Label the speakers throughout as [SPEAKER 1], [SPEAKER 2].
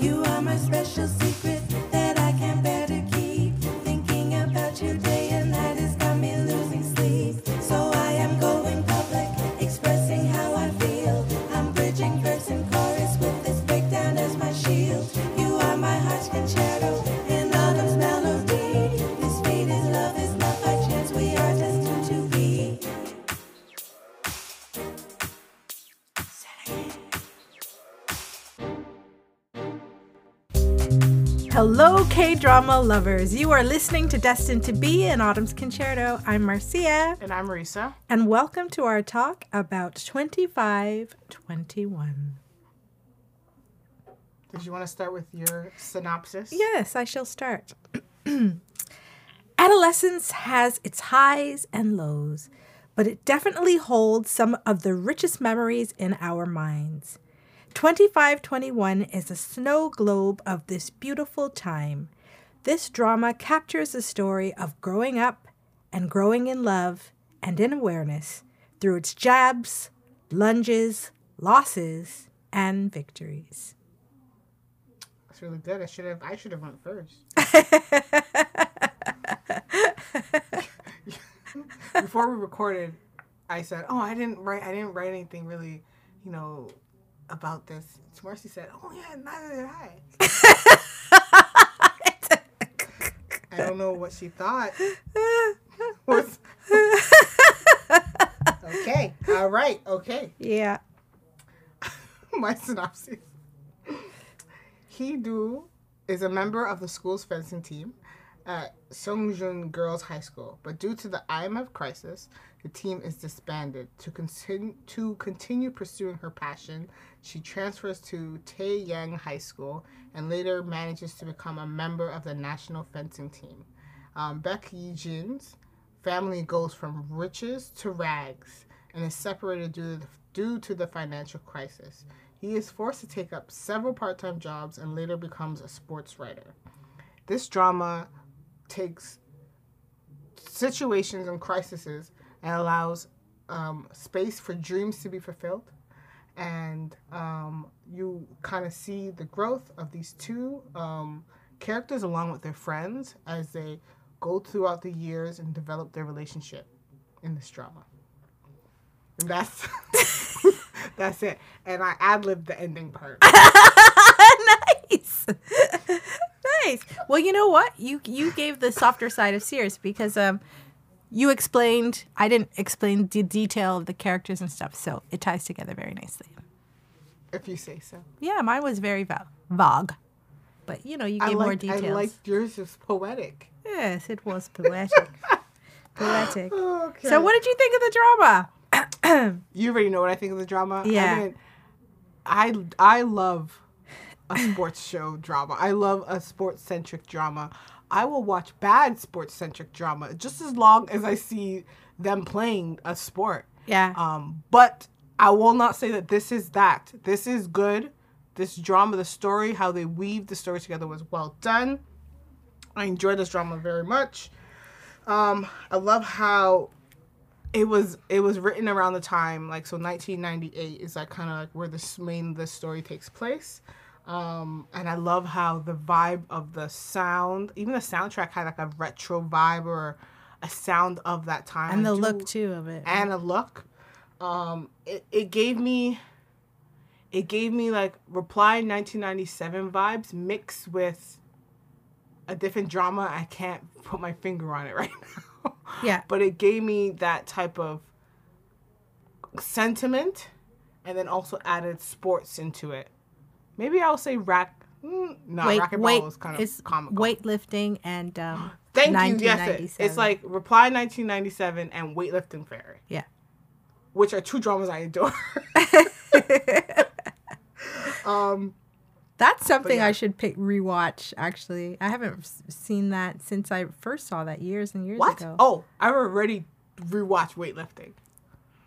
[SPEAKER 1] You are my special secret that I can't bear to keep. Thinking about you day and night has got me losing sleep. So I am going public, expressing how I feel. I'm bridging verse and chorus with this breakdown as my shield. You are my heart's concerto in autumn's melody. This fate is love is not by chance. We are destined to be.
[SPEAKER 2] Hello, K drama lovers. You are listening to Destined to Be an Autumn's Concerto. I'm Marcia,
[SPEAKER 3] And I'm Risa.
[SPEAKER 2] and welcome to our talk about 2521.
[SPEAKER 3] Did you want to start with your synopsis?
[SPEAKER 2] Yes, I shall start. Adolescence has its highs and lows, but it definitely holds some of the richest memories in our minds. 2521 is a snow globe of this beautiful time. This drama captures the story of growing up and growing in love and in awareness through its jabs, lunges, losses, and victories.
[SPEAKER 3] It's really good. I should have I should have went first. Before we recorded, I said, "Oh, I didn't write I didn't write anything really, you know, about this." Marcy said, "Oh yeah, neither did I." I don't know what she thought. Was- okay. All right. Okay.
[SPEAKER 2] Yeah.
[SPEAKER 3] my synopsis. He Do is a member of the school's fencing team at Songjun Girls High School, but due to the IMF crisis, the team is disbanded. To, continue to continue pursuing her passion, she transfers to Taeyang High School and later manages to become a member of the national fencing team. Um, Beck Yijin's family goes from riches to rags and is separated due to the, due to the financial crisis. He is forced to take up several part time jobs and later becomes a sports writer. This drama takes situations and crises and allows um, space for dreams to be fulfilled. And um, you kind of see the growth of these two um, characters along with their friends as they go throughout the years and develop their relationship in this drama. And that's that's it. And I ad libbed the ending part.
[SPEAKER 2] nice. nice. Well, you know what? You you gave the softer side of Sears because um you explained I didn't explain the detail of the characters and stuff, so it ties together very nicely.
[SPEAKER 3] if you say so.
[SPEAKER 2] Yeah, mine was very va- vague. But you know, you
[SPEAKER 3] I
[SPEAKER 2] gave more
[SPEAKER 3] like I
[SPEAKER 2] details.
[SPEAKER 3] like yours is poetic.
[SPEAKER 2] yes, it was poetic. poetic.
[SPEAKER 3] Okay.
[SPEAKER 2] So what did you think of the drama?
[SPEAKER 3] you already know what I think of the drama.
[SPEAKER 2] Yeah.
[SPEAKER 3] I, didn't- I I love a sports show drama. I love a sports centric drama. I will watch bad sports centric drama just as long as I see them playing a sport.
[SPEAKER 2] Yeah.
[SPEAKER 3] Um, but I will not say that this is that. This is good. This drama, the story, how they weave the story together was well done. I enjoyed this drama very much. Um, I love how it was it was written around the time like so 1998 is like kind of like where this main the story takes place um and i love how the vibe of the sound even the soundtrack had like a retro vibe or a sound of that time
[SPEAKER 2] and
[SPEAKER 3] I
[SPEAKER 2] the
[SPEAKER 3] do- Ah,
[SPEAKER 2] look too of it.
[SPEAKER 3] and a look. Um, it, it gave me, it gave me like Reply 1997 vibes mixed with a different drama. I can't put my finger on it right now.
[SPEAKER 2] Yeah.
[SPEAKER 3] But it gave me that type of sentiment, and then also added sports into it. Maybe I'll say rack. Mm, no,
[SPEAKER 2] Wait,
[SPEAKER 3] racquetball
[SPEAKER 2] wait,
[SPEAKER 3] was kind
[SPEAKER 2] it's
[SPEAKER 3] of comical.
[SPEAKER 2] weightlifting and um
[SPEAKER 3] Thank you. Yes, it-
[SPEAKER 2] 1997.
[SPEAKER 3] it's like Reply 1997 and Weightlifting Fairy
[SPEAKER 2] yeah.
[SPEAKER 3] which are two dramas I adore. um,
[SPEAKER 2] That's something
[SPEAKER 3] yeah.
[SPEAKER 2] I should pick rewatch. Actually, I haven't s- seen that since I first saw that years and years
[SPEAKER 3] what?
[SPEAKER 2] ago.
[SPEAKER 3] Oh, I already rewatched weightlifting.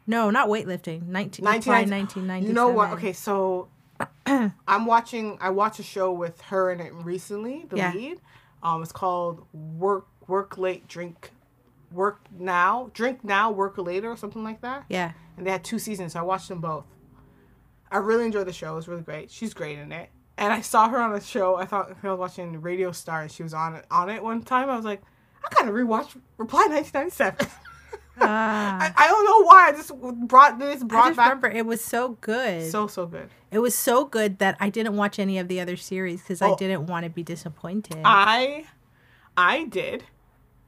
[SPEAKER 2] no, not weightlifting. Nineteen, 19,
[SPEAKER 3] 1990. You know what? Okay, so I'm watching. I watched a show with her in it recently. The
[SPEAKER 2] Yeah.
[SPEAKER 3] lead. Um, it's called Work Work Late Drink Work Now Drink Now Work Later or something like that.
[SPEAKER 2] Yeah,
[SPEAKER 3] and they had two seasons, so I watched them both. I really enjoyed the show; it was really great. She's great in it, And I saw her on a show. I thought I was watching Radio Star, and she was on it on it one time. I was like, I gotta rewatch Reply 1997.
[SPEAKER 2] Ah.
[SPEAKER 3] I, I don't know why. I just brought this
[SPEAKER 2] I
[SPEAKER 3] brought
[SPEAKER 2] just
[SPEAKER 3] back
[SPEAKER 2] remember it was so good.
[SPEAKER 3] so so good.
[SPEAKER 2] it was so good that I didn't watch any of the other series because I
[SPEAKER 3] Oh. Ah.
[SPEAKER 2] didn't want to be disappointed.
[SPEAKER 3] I I did.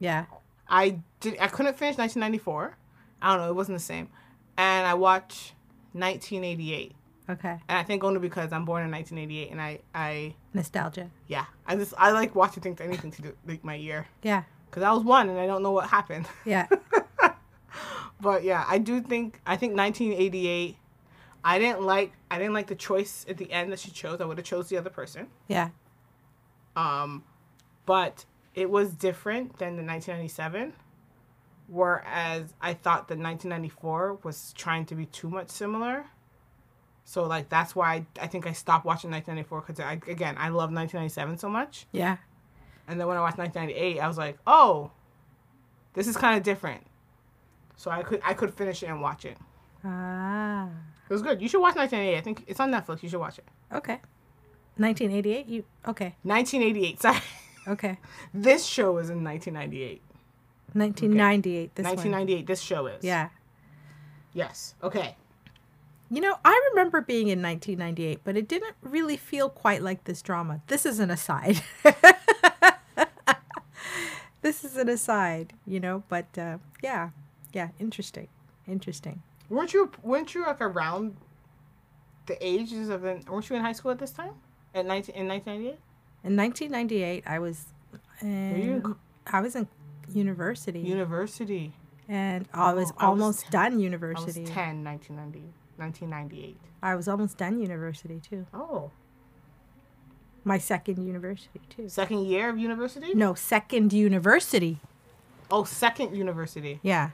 [SPEAKER 2] yeah.
[SPEAKER 3] I did. I couldn't finish 1994. I don't know. It wasn't the same. And I watched 1988.
[SPEAKER 2] Okay.
[SPEAKER 3] And I think only because I'm born in 1988, and I I
[SPEAKER 2] Nostalgia.
[SPEAKER 3] yeah. I just I like watching things anything to do like my year
[SPEAKER 2] Yeah.
[SPEAKER 3] because I was one and I don't know what happened.
[SPEAKER 2] Yeah.
[SPEAKER 3] But yeah, I do think I think 1988. I didn't like I didn't like the choice at the end that she chose. I would have chose the other person.
[SPEAKER 2] yeah.
[SPEAKER 3] Um, but it was different than the 1997. Whereas I thought the 1994 was trying to be too much similar. So like that's why I, I think I stopped watching 1994 because I again I love 1997 so much.
[SPEAKER 2] Yeah.
[SPEAKER 3] And then when I watched 1998, I was like, oh, this is kind of different. So I could I could finish it and watch it.
[SPEAKER 2] Ah.
[SPEAKER 3] It was good. You should watch 1988. I think it's on Netflix. You should watch it.
[SPEAKER 2] Okay. 1988. You okay?
[SPEAKER 3] 1988. Sorry.
[SPEAKER 2] Okay.
[SPEAKER 3] This show is in 1998.
[SPEAKER 2] 1998. This one.
[SPEAKER 3] 1998. This show is.
[SPEAKER 2] Yeah.
[SPEAKER 3] Yes. Okay.
[SPEAKER 2] You know, I remember being in 1998, but it didn't really feel quite like this drama. This is an aside. this is an aside, you know, but uh, yeah. Yeah, interesting. Interesting.
[SPEAKER 3] Weren't you weren't you like around the ages of an weren't you in high school at this time? At 19 in 1998?
[SPEAKER 2] In 1998, I was in,
[SPEAKER 3] you-
[SPEAKER 2] I was in university
[SPEAKER 3] University.
[SPEAKER 2] and I was
[SPEAKER 3] Oh, I was
[SPEAKER 2] almost done
[SPEAKER 3] I was
[SPEAKER 2] university.
[SPEAKER 3] 10 1990 1998.
[SPEAKER 2] I was almost done university too.
[SPEAKER 3] Oh.
[SPEAKER 2] My second university too.
[SPEAKER 3] Second year of university?
[SPEAKER 2] No, second university.
[SPEAKER 3] Oh, second university.
[SPEAKER 2] Yeah.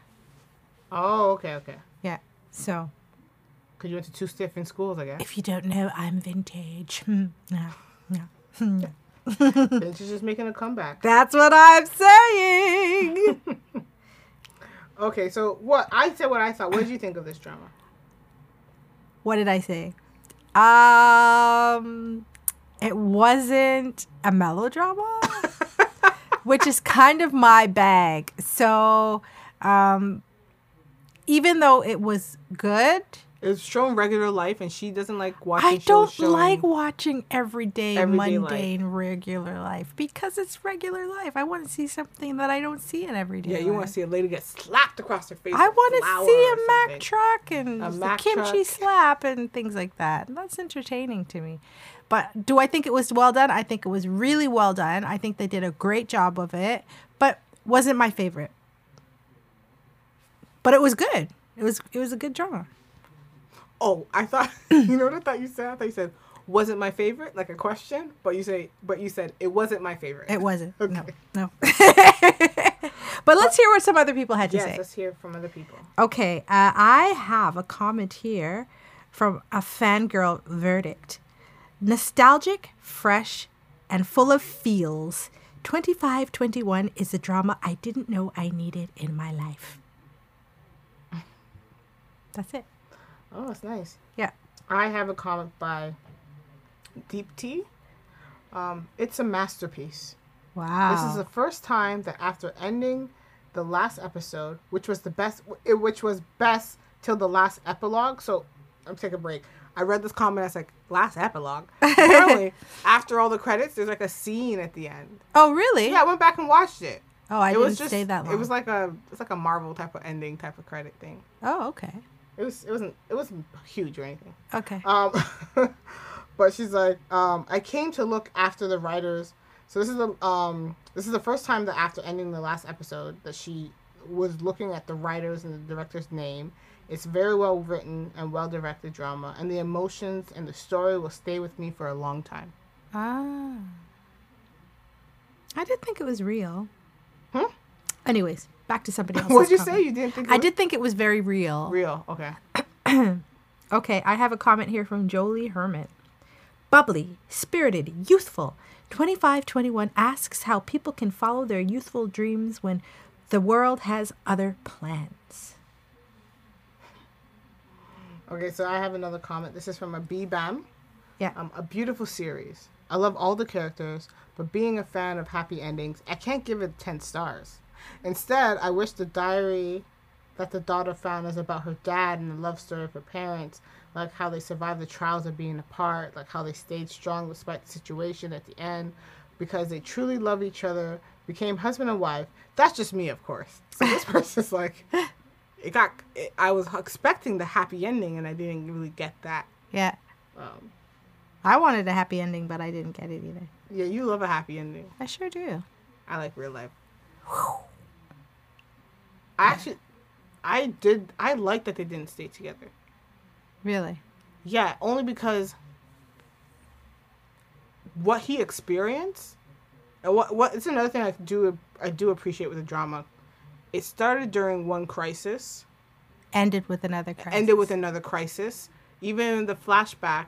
[SPEAKER 3] Oh, okay, okay.
[SPEAKER 2] Yeah. So,
[SPEAKER 3] Cuz you went to two different schools, I guess.
[SPEAKER 2] if you don't know, I'm vintage. Hmm. No, no. Hmm.
[SPEAKER 3] and she's just making a comeback.
[SPEAKER 2] That's what I'm saying.
[SPEAKER 3] Okay, so what I said what I thought. What did you think of this drama?
[SPEAKER 2] what did I say? Um, it wasn't a melodrama, which is kind of my bag. So, um, even though it was good,
[SPEAKER 3] It's shown regular life, and she doesn't like watching.
[SPEAKER 2] I
[SPEAKER 3] shows
[SPEAKER 2] don't
[SPEAKER 3] showing-
[SPEAKER 2] like watching everyday,
[SPEAKER 3] Everyday life.
[SPEAKER 2] mundane, regular life because it's regular life. I want to see something that I don't see in everyday.
[SPEAKER 3] Yeah, you
[SPEAKER 2] life.
[SPEAKER 3] want to see a lady get slapped across her face.
[SPEAKER 2] I
[SPEAKER 3] with
[SPEAKER 2] want
[SPEAKER 3] flour
[SPEAKER 2] to see
[SPEAKER 3] or
[SPEAKER 2] a Mack
[SPEAKER 3] something.
[SPEAKER 2] truck and
[SPEAKER 3] A
[SPEAKER 2] the
[SPEAKER 3] Mack
[SPEAKER 2] kimchi
[SPEAKER 3] truck.
[SPEAKER 2] slap and things like that. And that's entertaining to me. But do I think it was well done? I think it was really well done. I think they did a great job of it, but wasn't my favorite. But it was good. It was it was a good drama.
[SPEAKER 3] Oh, I thought you know what I thought you said. I thought you said wasn't my favorite, like a question, but you say, but you said it wasn't my favorite.
[SPEAKER 2] It wasn't. No,
[SPEAKER 3] Okay.
[SPEAKER 2] no. but let's hear what some other people had to
[SPEAKER 3] Yes,
[SPEAKER 2] say.
[SPEAKER 3] let's hear from other people.
[SPEAKER 2] Okay, uh, I have a comment here from a fangirl verdict. Nostalgic, fresh, and full of feels. 2521 is a drama I didn't know I needed in my life. That's it.
[SPEAKER 3] Oh, that's nice.
[SPEAKER 2] Yeah.
[SPEAKER 3] I have a comment by Deep T. Um, it's a masterpiece.
[SPEAKER 2] Wow.
[SPEAKER 3] This is the first time that after ending the last episode, which was the best, it- which was best till the last epilogue. So I'm taking a break. I read this comment. I was like, last epilogue. Apparently, after all the credits, there's like a scene at the end.
[SPEAKER 2] oh, really?
[SPEAKER 3] Yeah, I went back and watched it.
[SPEAKER 2] Oh, I
[SPEAKER 3] it
[SPEAKER 2] didn't stay that long.
[SPEAKER 3] It was like a it's like a Marvel type of ending type of credit thing.
[SPEAKER 2] oh, okay.
[SPEAKER 3] It was it wasn't it wasn't huge or anything.
[SPEAKER 2] Okay.
[SPEAKER 3] Um, but she's like, um, I came to look after the writers. So this is the um, this is the first time that after ending the last episode that she was looking at the writers and the director's name. It's very well written and well directed drama, and the emotions and the story will stay with me for a long time.
[SPEAKER 2] ah. I did think it was real.
[SPEAKER 3] Hmm?
[SPEAKER 2] Anyways, back to somebody else.
[SPEAKER 3] What did you say? You didn't think it
[SPEAKER 2] I
[SPEAKER 3] was
[SPEAKER 2] did think it was very real.
[SPEAKER 3] real? Okay.
[SPEAKER 2] Okay, I have a comment here from Jolie Hermit. Bubbly, spirited, youthful. 2521 asks how people can follow their youthful dreams when the world has other plans.
[SPEAKER 3] Okay, so I have another comment. This is from a B Bam.
[SPEAKER 2] Yeah.
[SPEAKER 3] Um, a beautiful series. I love all the characters, but being a fan of happy endings, I can't give it 10 stars. Instead, I wish the diary that the daughter found is about her dad and the love story of her parents, like how they survived the trials of being apart, like how they stayed strong despite the situation at the end, because they truly love each other, became husband and wife. That's just me, of course. So this person's like, it got. It, I was expecting the happy ending, and I didn't really get that.
[SPEAKER 2] Yeah.
[SPEAKER 3] Um,
[SPEAKER 2] I wanted a happy ending, but I didn't get it either.
[SPEAKER 3] yeah, you love a happy ending.
[SPEAKER 2] I sure do.
[SPEAKER 3] I like real life. I actually, I did. I like that they didn't stay together.
[SPEAKER 2] Really?
[SPEAKER 3] Yeah, only because what he experienced. and What what? It's another thing I do. I do appreciate with the drama. It started during one crisis,
[SPEAKER 2] Ended with another crisis.
[SPEAKER 3] ended with another crisis. Even in the flashback,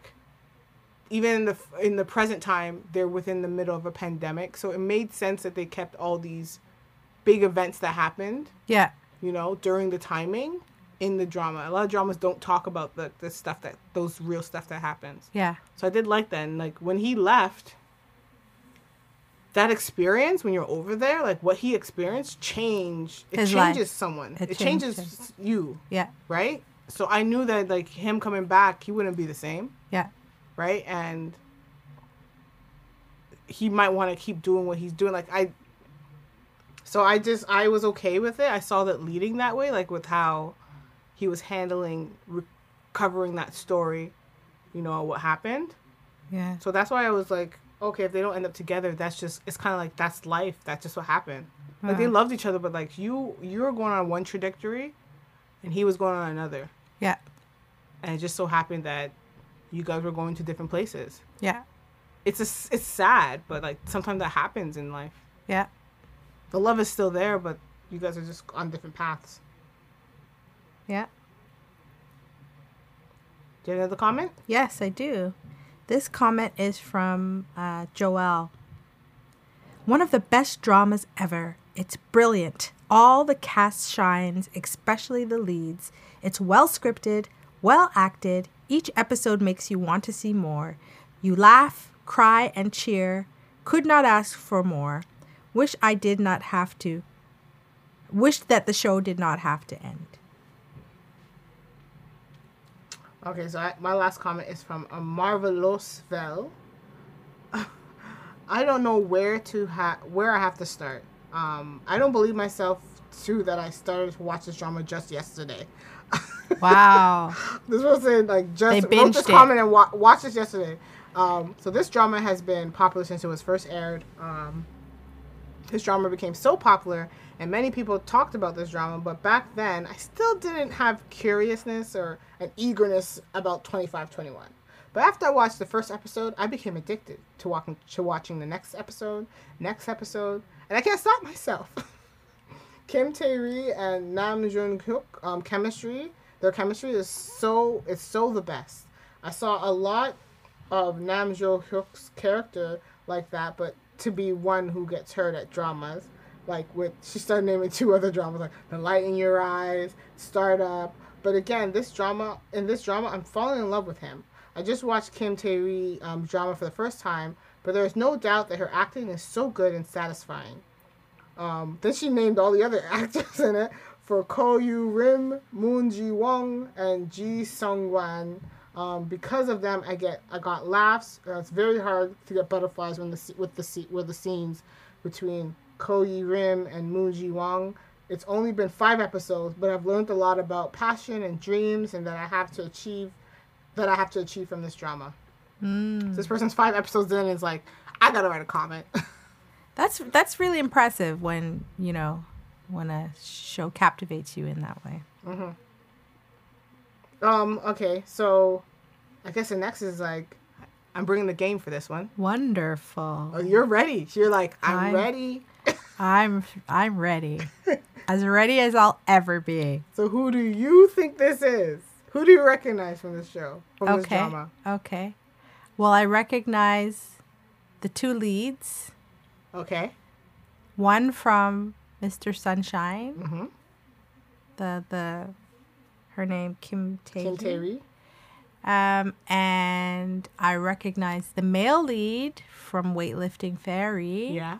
[SPEAKER 3] even in the in the present time, they're within the middle of a pandemic. So it made sense that they kept all these big events that happened
[SPEAKER 2] Yeah.
[SPEAKER 3] you know, during the timing in the drama. A lot of dramas don't talk about the, the stuff that those real stuff that happens.
[SPEAKER 2] Yeah.
[SPEAKER 3] So I did like that. And like when he left, that experience when you're over there, like what he experienced changed. It
[SPEAKER 2] His life.
[SPEAKER 3] changes someone.
[SPEAKER 2] It
[SPEAKER 3] It,
[SPEAKER 2] changed
[SPEAKER 3] changes
[SPEAKER 2] him.
[SPEAKER 3] you,
[SPEAKER 2] Yeah.
[SPEAKER 3] right? So I knew that like him coming back, he wouldn't be the same,
[SPEAKER 2] Yeah.
[SPEAKER 3] right? And he might want to keep doing what he's doing. Like I, so I just I was okay with it. I saw that leading that way, like with how he was handling recovering that story, you know what happened.
[SPEAKER 2] Yeah.
[SPEAKER 3] So that's why I was like, okay, if they don't end up together, that's just it's kind of like that's life. That's just what happened. Like they loved each other, but like you you were going on one trajectory, and he was going on another,
[SPEAKER 2] Yeah.
[SPEAKER 3] and it just so happened that you guys were going to different places.
[SPEAKER 2] Yeah.
[SPEAKER 3] It's a, s- it's sad, but like sometimes that happens in life.
[SPEAKER 2] Yeah.
[SPEAKER 3] The love is still there, but you guys are just on different paths.
[SPEAKER 2] Yeah.
[SPEAKER 3] Do you have another comment?
[SPEAKER 2] Yes, I do. This comment is from uh, Joelle. One of the best dramas ever. It's brilliant. All the cast shines, especially the leads. It's well scripted, well acted. Each episode makes you want to see more. You laugh, cry, and cheer. Could not ask for more. Wish I did not have to. Wished that the show did not have to end.
[SPEAKER 3] Okay, so I, my last comment is from a marvelous Vel. I don't know where to ha- where I have to start. Um, I don't believe myself too that I started to watch this drama just yesterday.
[SPEAKER 2] Wow.
[SPEAKER 3] This was in like
[SPEAKER 2] They
[SPEAKER 3] just wrote this
[SPEAKER 2] binged it.
[SPEAKER 3] comment and wa- watched this yesterday. Um, so this drama has been popular since it was first aired. Um, this drama became so popular, and many people talked about this drama. But back then, I still didn't have curiousness or an eagerness about twenty five twenty one. But after I watched the first episode, I became addicted to walking to watching the next episode, next episode, and I can't stop myself. Kim Tae-ri and Nam June-kook um, chemistry. Their chemistry is so it's so the best. I saw a lot of Nam June-kook's character like that, but to be one who gets hurt at dramas, like with she started naming two other dramas like The Light in Your Eyes, Startup. But again, this drama in this drama, I'm falling in love with him. I just watched Kim Tae-ri um, drama for the first time, but there is no doubt that her acting is so good and satisfying. Um, then she named all the other actors in it for Ko Yu Rim, Moon Ji Wong, and Ji Sung Wan. Um, because of them, I get I got laughs. Uh, it's very hard to get butterflies when the se- with the se- with the scenes between Ko Yu Rim and Moon Ji Wong. It's only been five episodes, but I've learned a lot about passion and dreams, and that I have to achieve that I have to achieve from this drama. So this person's five episodes in is like, I gotta write a comment.
[SPEAKER 2] That's that's really impressive when you know when a show captivates you in that way.
[SPEAKER 3] Um. Okay. So, I guess the next is like, I'm bringing the game for this one.
[SPEAKER 2] Wonderful.
[SPEAKER 3] Oh, you're ready. You're like, I'm,
[SPEAKER 2] I'm-
[SPEAKER 3] ready.
[SPEAKER 2] I'm I'm ready, as ready as I'll ever be.
[SPEAKER 3] So, who do you think this is? Who do you recognize from this show? From this
[SPEAKER 2] Okay.
[SPEAKER 3] drama?
[SPEAKER 2] Okay. Well, I recognize the two leads.
[SPEAKER 3] Okay.
[SPEAKER 2] One from Mr. Sunshine.
[SPEAKER 3] Mm-hmm.
[SPEAKER 2] The the her name Kim Tae.
[SPEAKER 3] Kim Tae-ri.
[SPEAKER 2] Um, and I recognize the male lead from Weightlifting Fairy.
[SPEAKER 3] Yeah.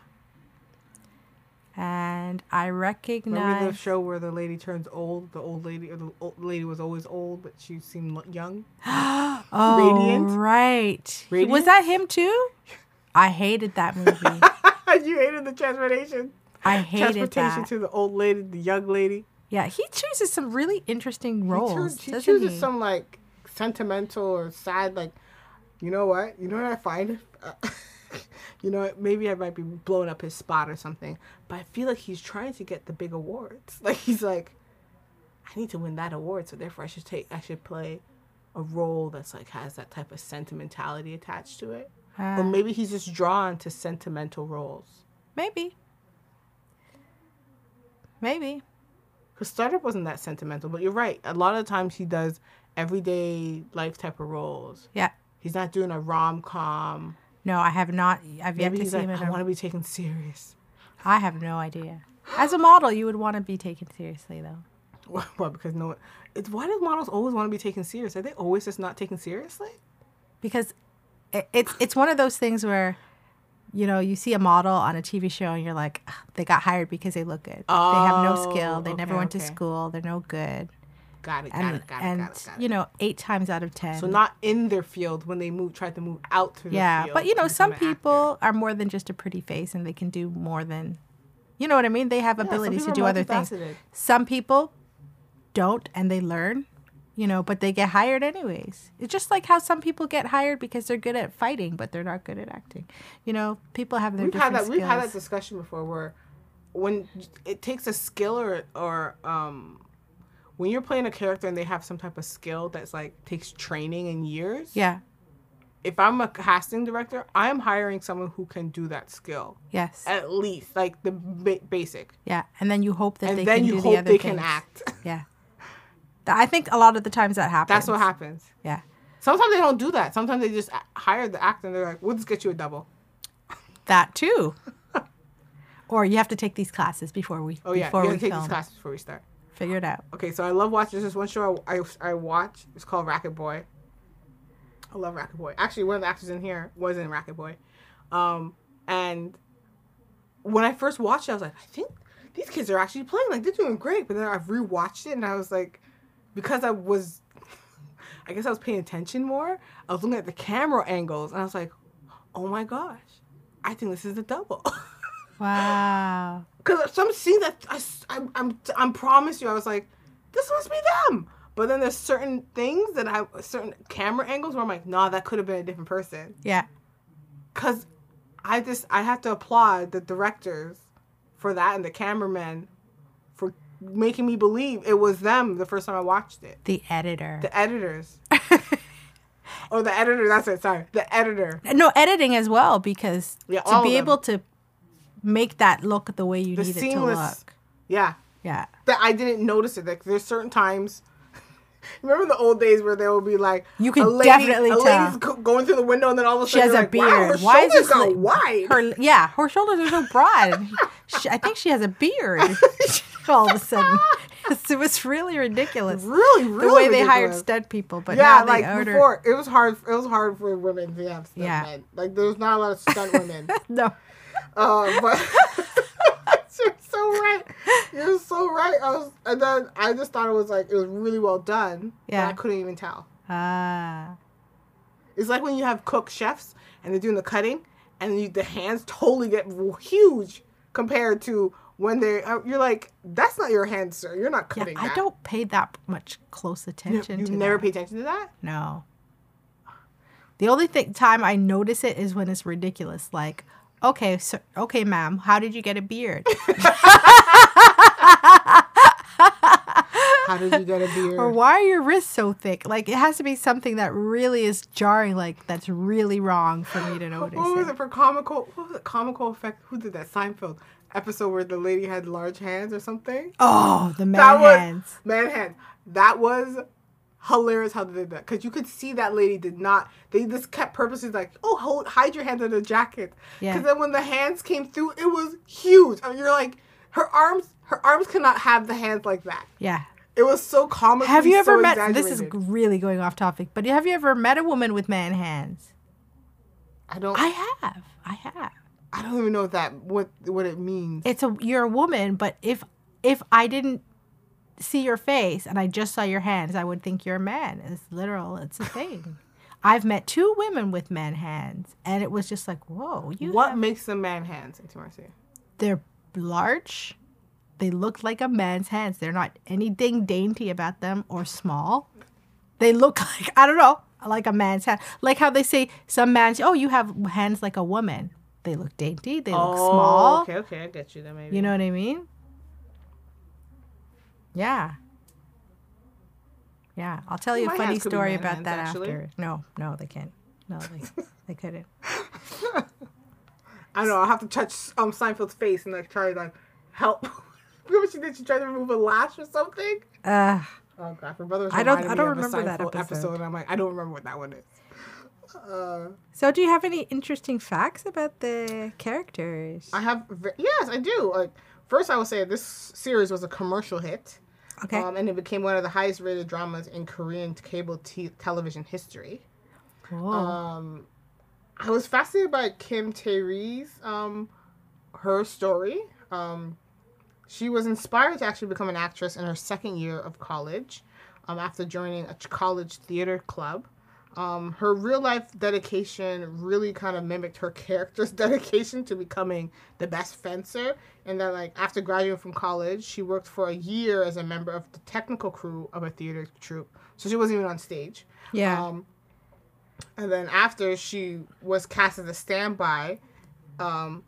[SPEAKER 2] And I
[SPEAKER 3] Remember the
[SPEAKER 2] recognize.
[SPEAKER 3] show where the lady turns old? The old lady, or the old lady was always old, but she seemed lo- young.
[SPEAKER 2] oh,
[SPEAKER 3] Radiant?
[SPEAKER 2] right. Was
[SPEAKER 3] Radiant?
[SPEAKER 2] that him too? I hated that movie.
[SPEAKER 3] you hated the transformation.
[SPEAKER 2] I hated
[SPEAKER 3] Transportation
[SPEAKER 2] that.
[SPEAKER 3] to the old lady, the young lady.
[SPEAKER 2] Yeah, he chooses some really interesting
[SPEAKER 3] She
[SPEAKER 2] roles.
[SPEAKER 3] choos- She,
[SPEAKER 2] doesn't
[SPEAKER 3] chooses
[SPEAKER 2] he?
[SPEAKER 3] some like sentimental or sad. Like, you know what? You know what I find? Uh, you know, what? maybe I might be blowing up his spot or something. But I feel like he's trying to get the big awards. Like he's like, I need to win that award, so therefore I should take. I should play a role that's like has that type of sentimentality attached to it. or
[SPEAKER 2] Uh,
[SPEAKER 3] maybe he's just drawn to sentimental roles.
[SPEAKER 2] maybe. Maybe.
[SPEAKER 3] Because Startup wasn't that sentimental, but you're right. A lot of times he does everyday life type of roles.
[SPEAKER 2] Yeah.
[SPEAKER 3] He's not doing a rom com.
[SPEAKER 2] No, I have not. I've yet
[SPEAKER 3] Maybe
[SPEAKER 2] to
[SPEAKER 3] he's
[SPEAKER 2] see
[SPEAKER 3] like,
[SPEAKER 2] him in
[SPEAKER 3] I
[SPEAKER 2] a
[SPEAKER 3] want to be taken serious.
[SPEAKER 2] I have no idea. As a model, you would want to be taken seriously, though.
[SPEAKER 3] Well, because no one. It's, why do models always want to be taken serious? Are they always just not taken seriously?
[SPEAKER 2] because it, it's it's one of those things where you know you see a model on a TV show and you're like "Ah, they got hired because they look good. they have no skill.
[SPEAKER 3] Oh,
[SPEAKER 2] They never
[SPEAKER 3] okay,
[SPEAKER 2] went
[SPEAKER 3] okay.
[SPEAKER 2] to school. They're no good.
[SPEAKER 3] Got it, got
[SPEAKER 2] And
[SPEAKER 3] it, got
[SPEAKER 2] and
[SPEAKER 3] it, got it, got it.
[SPEAKER 2] you know eight times out of ten.
[SPEAKER 3] so not in their field when they move, tried to move out to the
[SPEAKER 2] yeah,
[SPEAKER 3] field
[SPEAKER 2] but you
[SPEAKER 3] to
[SPEAKER 2] know some
[SPEAKER 3] become an actor.
[SPEAKER 2] people are more than just a pretty face and they can do more than you know what I mean. They have
[SPEAKER 3] some
[SPEAKER 2] abilities to
[SPEAKER 3] people
[SPEAKER 2] do
[SPEAKER 3] are
[SPEAKER 2] other things.
[SPEAKER 3] multifaceted.
[SPEAKER 2] Some people don't and they learn. You know, but they get hired anyways. It's just like how some people get hired because they're good at fighting, but they're not good at acting. You know, people have their
[SPEAKER 3] we've had
[SPEAKER 2] different
[SPEAKER 3] that we've had that
[SPEAKER 2] skills.
[SPEAKER 3] discussion before where when it takes a skill or or um when you're playing a character and they have some type of skill that's like takes training and years
[SPEAKER 2] Yeah.
[SPEAKER 3] if i'm a casting director i'm hiring someone who can do that skill
[SPEAKER 2] Yes.
[SPEAKER 3] at least like the ba- basic
[SPEAKER 2] yeah. And then you hope that they
[SPEAKER 3] and then
[SPEAKER 2] can
[SPEAKER 3] you
[SPEAKER 2] do the
[SPEAKER 3] hope
[SPEAKER 2] other
[SPEAKER 3] they
[SPEAKER 2] things.
[SPEAKER 3] can act
[SPEAKER 2] Yeah. Th- I think a lot of the times that happens.
[SPEAKER 3] that's what happens
[SPEAKER 2] Yeah.
[SPEAKER 3] sometimes they don't do that sometimes they just a- hire the actor and they're like we'll just get you a double
[SPEAKER 2] That too. or you have to take these classes before we
[SPEAKER 3] oh yeah
[SPEAKER 2] before
[SPEAKER 3] you
[SPEAKER 2] we
[SPEAKER 3] gotta take
[SPEAKER 2] film.
[SPEAKER 3] these classes before we start
[SPEAKER 2] Figure it out.
[SPEAKER 3] Okay, so I love watching. There's this one show I, I, I watch. It's called Racket Boy. I love Racket Boy. Actually, one of the actors in here was in Racket Boy. Um, and when I first watched it, I was like, I think these kids are actually playing. Like, they're doing great. But then I've rewatched it and I was like, because I was, I guess I was paying attention more, I was looking at the camera angles and I was like, oh my gosh, I think this is a double.
[SPEAKER 2] Wow.
[SPEAKER 3] Because some scenes that I, am I'm, I'm promise you, I was like, this must be them. But then there's certain things that I, certain camera angles where I'm like, nah, that could have been a different person.
[SPEAKER 2] Yeah.
[SPEAKER 3] Because I just, I have to applaud the directors for that and the cameramen for making me believe it was them the first time I watched it.
[SPEAKER 2] The editor.
[SPEAKER 3] The editors. or the editor, that's it, sorry. The editor.
[SPEAKER 2] no editing as well because
[SPEAKER 3] Yeah, all
[SPEAKER 2] to
[SPEAKER 3] of
[SPEAKER 2] be
[SPEAKER 3] them.
[SPEAKER 2] able to make that look the way you
[SPEAKER 3] The
[SPEAKER 2] need
[SPEAKER 3] seamless-
[SPEAKER 2] it to look.
[SPEAKER 3] Yeah.
[SPEAKER 2] Yeah.
[SPEAKER 3] that I didn't notice it. Like there's certain times. Remember the old days where there would be like
[SPEAKER 2] You can
[SPEAKER 3] a lady,
[SPEAKER 2] definitely
[SPEAKER 3] a
[SPEAKER 2] tell.
[SPEAKER 3] lady's go- going through the window and then all of a
[SPEAKER 2] She
[SPEAKER 3] sudden
[SPEAKER 2] has a
[SPEAKER 3] you're like, wow, her
[SPEAKER 2] beard. Why is
[SPEAKER 3] shoulders
[SPEAKER 2] this
[SPEAKER 3] got
[SPEAKER 2] like-
[SPEAKER 3] wide?
[SPEAKER 2] her yeah her shoulders are so broad she, i think she has a beard all of a sudden it was really ridiculous
[SPEAKER 3] really, really
[SPEAKER 2] the way they hired
[SPEAKER 3] ridiculous.
[SPEAKER 2] stunt people but
[SPEAKER 3] yeah,
[SPEAKER 2] now they
[SPEAKER 3] like
[SPEAKER 2] order
[SPEAKER 3] before it was hard. It was hard for women to have stunt
[SPEAKER 2] Yeah.
[SPEAKER 3] men. Like there's not a lot of stunt women.
[SPEAKER 2] no
[SPEAKER 3] Uh, but you're so right. You're so right. I was, and then I just thought it was like it was really well done.
[SPEAKER 2] Yeah.
[SPEAKER 3] Yeah, I couldn't even tell.
[SPEAKER 2] ah
[SPEAKER 3] It's like when you have cook chefs and they're doing the cutting, and you, the hands totally get huge compared to when they. are You're like, that's not your hand, sir. You're not
[SPEAKER 2] yeah,
[SPEAKER 3] cutting.
[SPEAKER 2] i
[SPEAKER 3] that."
[SPEAKER 2] don't pay that much close
[SPEAKER 3] You,
[SPEAKER 2] attention
[SPEAKER 3] you
[SPEAKER 2] to
[SPEAKER 3] never
[SPEAKER 2] that.
[SPEAKER 3] pay attention to that.
[SPEAKER 2] no the only thing time i notice it is when it's ridiculous like okay so, okay ma'am how did you get a beard
[SPEAKER 3] How did you get a beard?
[SPEAKER 2] or why are your wrists so thick like it has to be something that really is jarring like that's really wrong for me to notice
[SPEAKER 3] what was
[SPEAKER 2] it.
[SPEAKER 3] it for comical? What was it? Comical effect? Who did that Seinfeld episode where the lady had large hands or something?
[SPEAKER 2] Oh, the man
[SPEAKER 3] that was
[SPEAKER 2] hands.
[SPEAKER 3] man hands. That was hilarious how they did that because you could see that lady did not. They just kept purposely like, oh, hold, hide your hand under the jacket.
[SPEAKER 2] Yeah.
[SPEAKER 3] Because then when the hands came through, it was huge. I mean, you're like, her arms, her arms cannot have the hands like that.
[SPEAKER 2] Yeah.
[SPEAKER 3] It was so comical.
[SPEAKER 2] Have you ever met? This is really going off topic, but have you ever met a woman with man hands?
[SPEAKER 3] I don't.
[SPEAKER 2] I
[SPEAKER 3] I,
[SPEAKER 2] have. I have.
[SPEAKER 3] don't even know that what what it means.
[SPEAKER 2] It's a you're a woman, but if if I didn't see your face and I just saw your hands, I would think you're a man. It's literal. It's a thing. I've met two women with man hands, and it was just like, whoa, you
[SPEAKER 3] what
[SPEAKER 2] have-
[SPEAKER 3] makes a man hands into mercy?
[SPEAKER 2] they're large. They look like a man's hands. They're not anything dainty about them or small. They look like I don't know, like a man's hand. Like how they say some man's oh, you have hands like a woman. They look dainty. They look small.
[SPEAKER 3] Oh, Okay, okay, I get you. That maybe.
[SPEAKER 2] You know what I mean? Yeah. Yeah, I'll tell you
[SPEAKER 3] My
[SPEAKER 2] a funny
[SPEAKER 3] hands could be
[SPEAKER 2] story
[SPEAKER 3] man
[SPEAKER 2] about
[SPEAKER 3] hands,
[SPEAKER 2] that
[SPEAKER 3] actually.
[SPEAKER 2] after. No, no, they can't. No, they, they couldn't.
[SPEAKER 3] I know. I'll have to touch um Seinfeld's face and like try to like help. Remember what she did? She tried to remove a lash or something.
[SPEAKER 2] Uh,
[SPEAKER 3] Oh god, her brother. Was
[SPEAKER 2] I don't-
[SPEAKER 3] reminding
[SPEAKER 2] I don't
[SPEAKER 3] me of a
[SPEAKER 2] remember that
[SPEAKER 3] Seinfeld
[SPEAKER 2] episode.
[SPEAKER 3] And I'm like, I don't remember what that one is. Uh,
[SPEAKER 2] so, do you have any interesting facts about the characters?
[SPEAKER 3] I have. ve- Yes, I do. Like first, I will say this series was a commercial hit.
[SPEAKER 2] Okay.
[SPEAKER 3] Um, and it became one of the highest rated dramas in Korean cable t- television history.
[SPEAKER 2] Cool.
[SPEAKER 3] Um, I was fascinated by Kim Tae-ri's, um, her story. Um, she was inspired to actually become an actress in her second year of college um, after joining a ch- college theater club. Um, her real life dedication really kind of mimicked her character's dedication to becoming the best fencer. And then, like, after graduating from college, she worked for a year as a member of the technical crew of a theater troupe. So she wasn't even on stage.
[SPEAKER 2] yeah.
[SPEAKER 3] Um, and then after she was cast as a standby, um,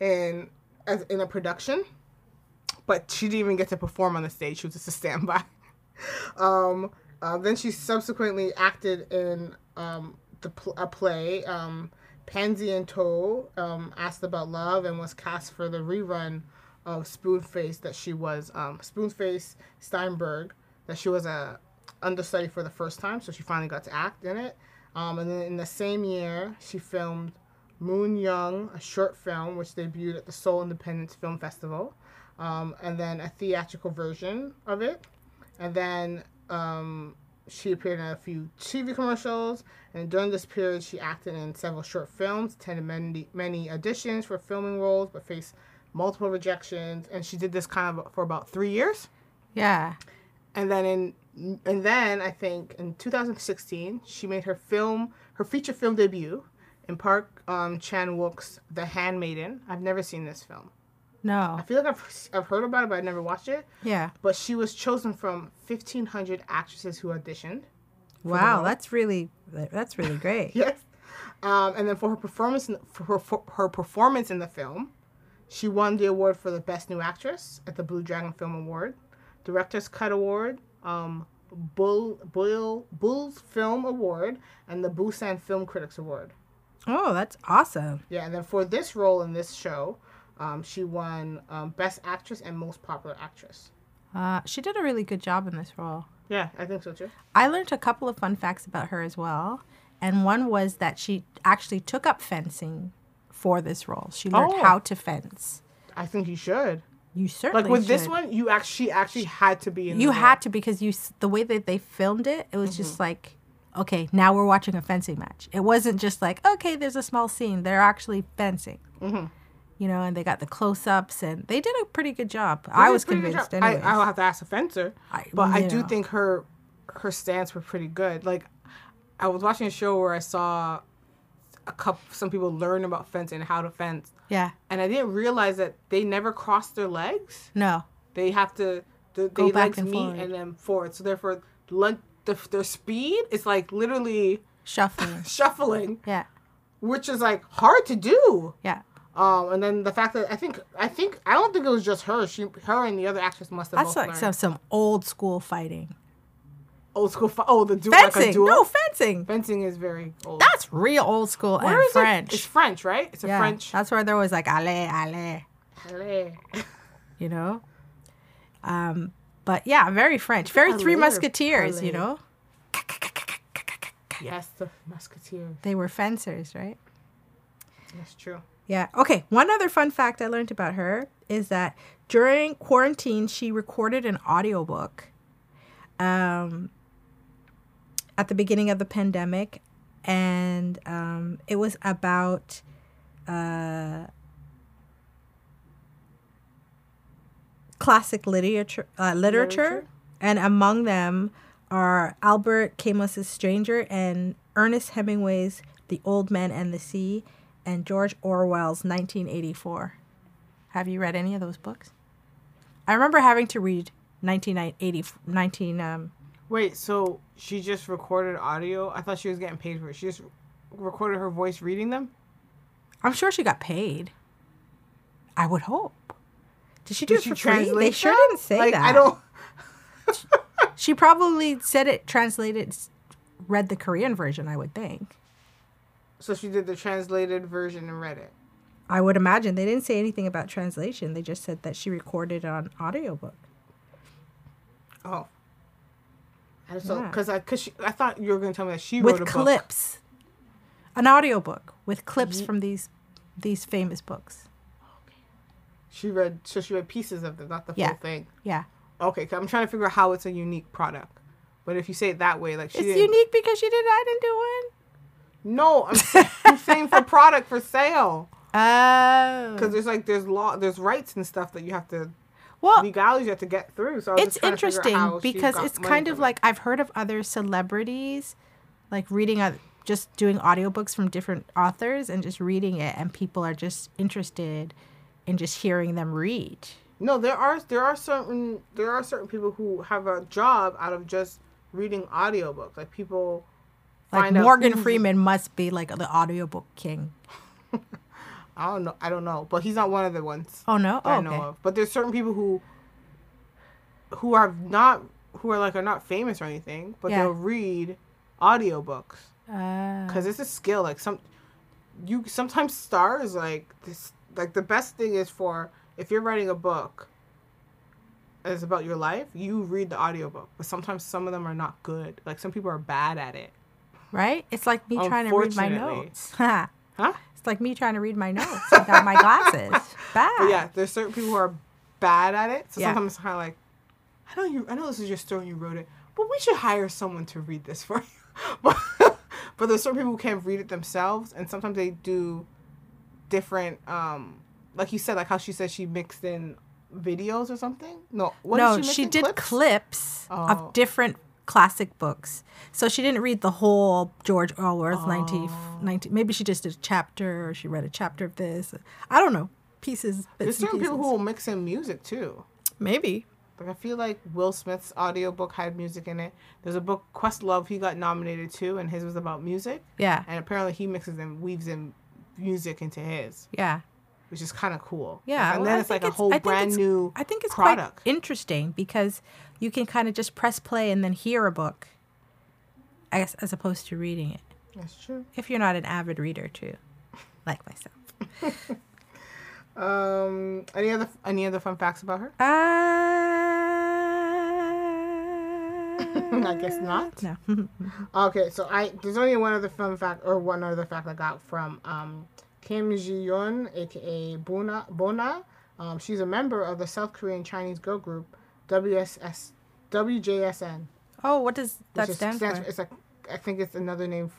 [SPEAKER 3] in as in a production, but she didn't even get to perform on the stage. She was just a standby. um, uh, then she subsequently acted in um, the pl- a play, um, Pansy and Toe, um, asked about love, and was cast for the rerun of Spoonface that she was um, Spoonface Steinberg that she was a understudy for the first time, so she finally got to act in it. Um, and then in the same year, she filmed Moon Young, a short film which debuted at the Seoul Independence Film Festival, um, and then a theatrical version of it. And then um, she appeared in a few TV commercials. And during this period, she acted in several short films, attended many, many auditions for filming roles, but faced multiple rejections. And she did this kind of for about three years
[SPEAKER 2] yeah.
[SPEAKER 3] and then in and then I think in 2016 she made her film her feature film debut in Park um, Chan Wook's The Handmaiden. I've never seen this film.
[SPEAKER 2] No.
[SPEAKER 3] I feel like I've I've heard about it, but I never watched it.
[SPEAKER 2] Yeah.
[SPEAKER 3] But she was chosen from 1,500 actresses who auditioned.
[SPEAKER 2] Wow, that's really that's really great.
[SPEAKER 3] Yes. Um, and then for her performance in, for her, for her performance in the film, she won the award for the best new actress at the Blue Dragon Film Award, Director's Cut Award, um, Bull Bull Bull's Film Award, and the Busan Film Critics Award.
[SPEAKER 2] Oh, that's awesome.
[SPEAKER 3] Yeah, and then for this role in this show, um, she won um, best actress and most popular actress.
[SPEAKER 2] Uh, she did a really good job in this role.
[SPEAKER 3] Yeah, I think so too.
[SPEAKER 2] I learned a couple of fun facts about her as well, and one was that she actually took up fencing for this role. She learned
[SPEAKER 3] Oh.
[SPEAKER 2] how to fence.
[SPEAKER 3] I think you should.
[SPEAKER 2] You certainly
[SPEAKER 3] Like with this
[SPEAKER 2] should.
[SPEAKER 3] one, you actually she actually had to be in.
[SPEAKER 2] you
[SPEAKER 3] the role.
[SPEAKER 2] had to because you s- the way that they filmed it, it was
[SPEAKER 3] Mm-hmm.
[SPEAKER 2] just like, okay, now we're watching a fencing match. It wasn't just like, okay, there's a small scene. They're actually fencing.
[SPEAKER 3] Mm-hmm.
[SPEAKER 2] You know, and they got the close-ups, and they did a pretty good job. I
[SPEAKER 3] did a
[SPEAKER 2] was
[SPEAKER 3] pretty good
[SPEAKER 2] convinced.
[SPEAKER 3] job.
[SPEAKER 2] Anyway,
[SPEAKER 3] I, I'll have to ask the fencer,
[SPEAKER 2] I-
[SPEAKER 3] but I
[SPEAKER 2] you
[SPEAKER 3] do
[SPEAKER 2] know.
[SPEAKER 3] think her her stance were pretty good. Like I was watching a show where I saw a couple some people learn about fencing and how to fence,
[SPEAKER 2] yeah,
[SPEAKER 3] and I didn't realize that they never cross their legs.
[SPEAKER 2] no,
[SPEAKER 3] They have to the,
[SPEAKER 2] Go
[SPEAKER 3] they
[SPEAKER 2] back
[SPEAKER 3] legs
[SPEAKER 2] and
[SPEAKER 3] meet
[SPEAKER 2] forward.
[SPEAKER 3] and then forward. So therefore, lun- the, their speed is like literally
[SPEAKER 2] shuffling.
[SPEAKER 3] shuffling,
[SPEAKER 2] yeah,
[SPEAKER 3] which is like hard to do.
[SPEAKER 2] yeah.
[SPEAKER 3] Um, and then the fact that I think I think I don't think it was just her. She her and the other actress must have
[SPEAKER 2] That's
[SPEAKER 3] both
[SPEAKER 2] like
[SPEAKER 3] learned.
[SPEAKER 2] some some old school fighting.
[SPEAKER 3] old school. Fi- oh, the duel.
[SPEAKER 2] Fencing,
[SPEAKER 3] Like a duel.
[SPEAKER 2] no fencing.
[SPEAKER 3] fencing is very old.
[SPEAKER 2] That's real old school
[SPEAKER 3] Where
[SPEAKER 2] and
[SPEAKER 3] is it?
[SPEAKER 2] French.
[SPEAKER 3] It's French, right? It's a
[SPEAKER 2] yeah,
[SPEAKER 3] French.
[SPEAKER 2] That's where there was like allez, allez.
[SPEAKER 3] Allez.
[SPEAKER 2] you know. Um, but yeah, very French, very Three
[SPEAKER 3] Palais or
[SPEAKER 2] Musketeers, you
[SPEAKER 3] palais?
[SPEAKER 2] know.
[SPEAKER 3] yes, the musketeer.
[SPEAKER 2] They were fencers, right?
[SPEAKER 3] That's true.
[SPEAKER 2] Yeah. Okay. One other fun fact I learned about her is that during quarantine, she recorded an audiobook um, at the beginning of the pandemic, and um, it was about uh, classic literature, uh, literature,
[SPEAKER 3] Literature.
[SPEAKER 2] and among them are Albert Camus's *Stranger* and Ernest Hemingway's *The Old Man and the Sea*, and George Orwell's *1984*. Have you read any of those books? I remember having to read 1980, 19, um,
[SPEAKER 3] Wait, so she just recorded audio? I thought she was getting paid for it. She just recorded her voice reading them?
[SPEAKER 2] I'm sure she got paid. I would hope. Did she do
[SPEAKER 3] Did
[SPEAKER 2] it
[SPEAKER 3] she
[SPEAKER 2] for free?
[SPEAKER 3] translate
[SPEAKER 2] They sure
[SPEAKER 3] them?
[SPEAKER 2] didn't say
[SPEAKER 3] like,
[SPEAKER 2] that.
[SPEAKER 3] I don't.
[SPEAKER 2] She probably said it, translated, s- read the Korean version. I would think.
[SPEAKER 3] So she did the translated version and read it.
[SPEAKER 2] I would imagine they didn't say anything about translation. They just said that she recorded on audiobook.
[SPEAKER 3] Oh. And so,
[SPEAKER 2] Yeah.
[SPEAKER 3] because I, cause she, I thought you were going to tell me that she wrote
[SPEAKER 2] with
[SPEAKER 3] a book.
[SPEAKER 2] clips. An audiobook with clips from these these famous books.
[SPEAKER 3] She read, so she read pieces of them, not the
[SPEAKER 2] Yeah.
[SPEAKER 3] full thing.
[SPEAKER 2] Yeah.
[SPEAKER 3] Okay, 'cause I'm trying to figure out how it's a unique product. But if you say it that way, like she
[SPEAKER 2] it's
[SPEAKER 3] didn't-
[SPEAKER 2] unique because she did I didn't do one.
[SPEAKER 3] No, I'm, I'm saying for product for sale
[SPEAKER 2] Oh.
[SPEAKER 3] because there's like there's law, there's rights and stuff that you have to
[SPEAKER 2] well,
[SPEAKER 3] legalities you have to get through. So I was
[SPEAKER 2] it's
[SPEAKER 3] just trying to figure
[SPEAKER 2] interesting
[SPEAKER 3] out how she
[SPEAKER 2] because
[SPEAKER 3] got
[SPEAKER 2] it's
[SPEAKER 3] money
[SPEAKER 2] kind of
[SPEAKER 3] from it.
[SPEAKER 2] like I've heard of other celebrities like reading oth- just doing audiobooks from different authors and just reading it and people are just interested in just hearing them read.
[SPEAKER 3] no, there are there are certain there are certain people who have a job out of just reading audiobooks. Like people
[SPEAKER 2] Like
[SPEAKER 3] find out
[SPEAKER 2] Morgan
[SPEAKER 3] who's-
[SPEAKER 2] Freeman must be like the audiobook king.
[SPEAKER 3] I don't know. I don't know, but he's not one of the ones
[SPEAKER 2] Oh no.
[SPEAKER 3] that
[SPEAKER 2] Oh,
[SPEAKER 3] I know
[SPEAKER 2] okay.
[SPEAKER 3] of. But there's certain people who who are not who are like are not famous or anything, but
[SPEAKER 2] Yeah.
[SPEAKER 3] they'll read audiobooks.
[SPEAKER 2] Uh,
[SPEAKER 3] because it's a skill like some you sometimes stars like this like the best thing is for if you're writing a book and it's about your life you read the audiobook but sometimes some of them are not good like some people are bad at it
[SPEAKER 2] right? It's like me trying to read my
[SPEAKER 3] Unfortunately.
[SPEAKER 2] notes.
[SPEAKER 3] huh
[SPEAKER 2] it's like me trying to read my notes without my glasses.
[SPEAKER 3] but
[SPEAKER 2] Bad.
[SPEAKER 3] yeah there's certain people who are bad at it so
[SPEAKER 2] Yeah.
[SPEAKER 3] sometimes it's kind of like i know you i know this is your story and you wrote it but we should hire someone to read this for you but, but there's certain people who can't read it themselves and sometimes they do different um like you said like how she said she mixed in videos or something no what
[SPEAKER 2] no,
[SPEAKER 3] did
[SPEAKER 2] she,
[SPEAKER 3] mix in?
[SPEAKER 2] did clips,
[SPEAKER 3] Oh.
[SPEAKER 2] of different classic books. So she didn't read the whole George Orwell's 19,
[SPEAKER 3] Oh.
[SPEAKER 2] 19 Maybe she just did a chapter or she read a chapter of this. I don't know. Pieces.
[SPEAKER 3] there's
[SPEAKER 2] Bits and
[SPEAKER 3] certain
[SPEAKER 2] pieces.
[SPEAKER 3] people who will mix in music too
[SPEAKER 2] Maybe.
[SPEAKER 3] Like I feel like Will Smith's audiobook had music in it. There's a book Questlove he got nominated to, and his was about music.
[SPEAKER 2] Yeah.
[SPEAKER 3] And apparently he mixes and weaves in music into his,
[SPEAKER 2] Yeah.
[SPEAKER 3] which is kind of cool.
[SPEAKER 2] Yeah,
[SPEAKER 3] Like, and
[SPEAKER 2] well,
[SPEAKER 3] then
[SPEAKER 2] I
[SPEAKER 3] it's like
[SPEAKER 2] think
[SPEAKER 3] a whole
[SPEAKER 2] I think
[SPEAKER 3] brand
[SPEAKER 2] it's-
[SPEAKER 3] new.
[SPEAKER 2] I think it's
[SPEAKER 3] product.
[SPEAKER 2] quite interesting because you can kind of just press play and then hear a book, as as opposed to reading it.
[SPEAKER 3] That's true.
[SPEAKER 2] If you're not an avid reader too, like myself.
[SPEAKER 3] Um, any other any other fun facts about her?
[SPEAKER 2] Ah. Uh,
[SPEAKER 3] I guess not.
[SPEAKER 2] No.
[SPEAKER 3] Okay, so I there's only one other fun fact or one other fact I got from um, Kim Ji Yeon, aka Bona. Bona. Um, she's a member of the South Korean Chinese girl group WSS WJSN.
[SPEAKER 2] oh, what does that
[SPEAKER 3] which is-
[SPEAKER 2] stand
[SPEAKER 3] stands-
[SPEAKER 2] for?
[SPEAKER 3] It's like I think it's another name,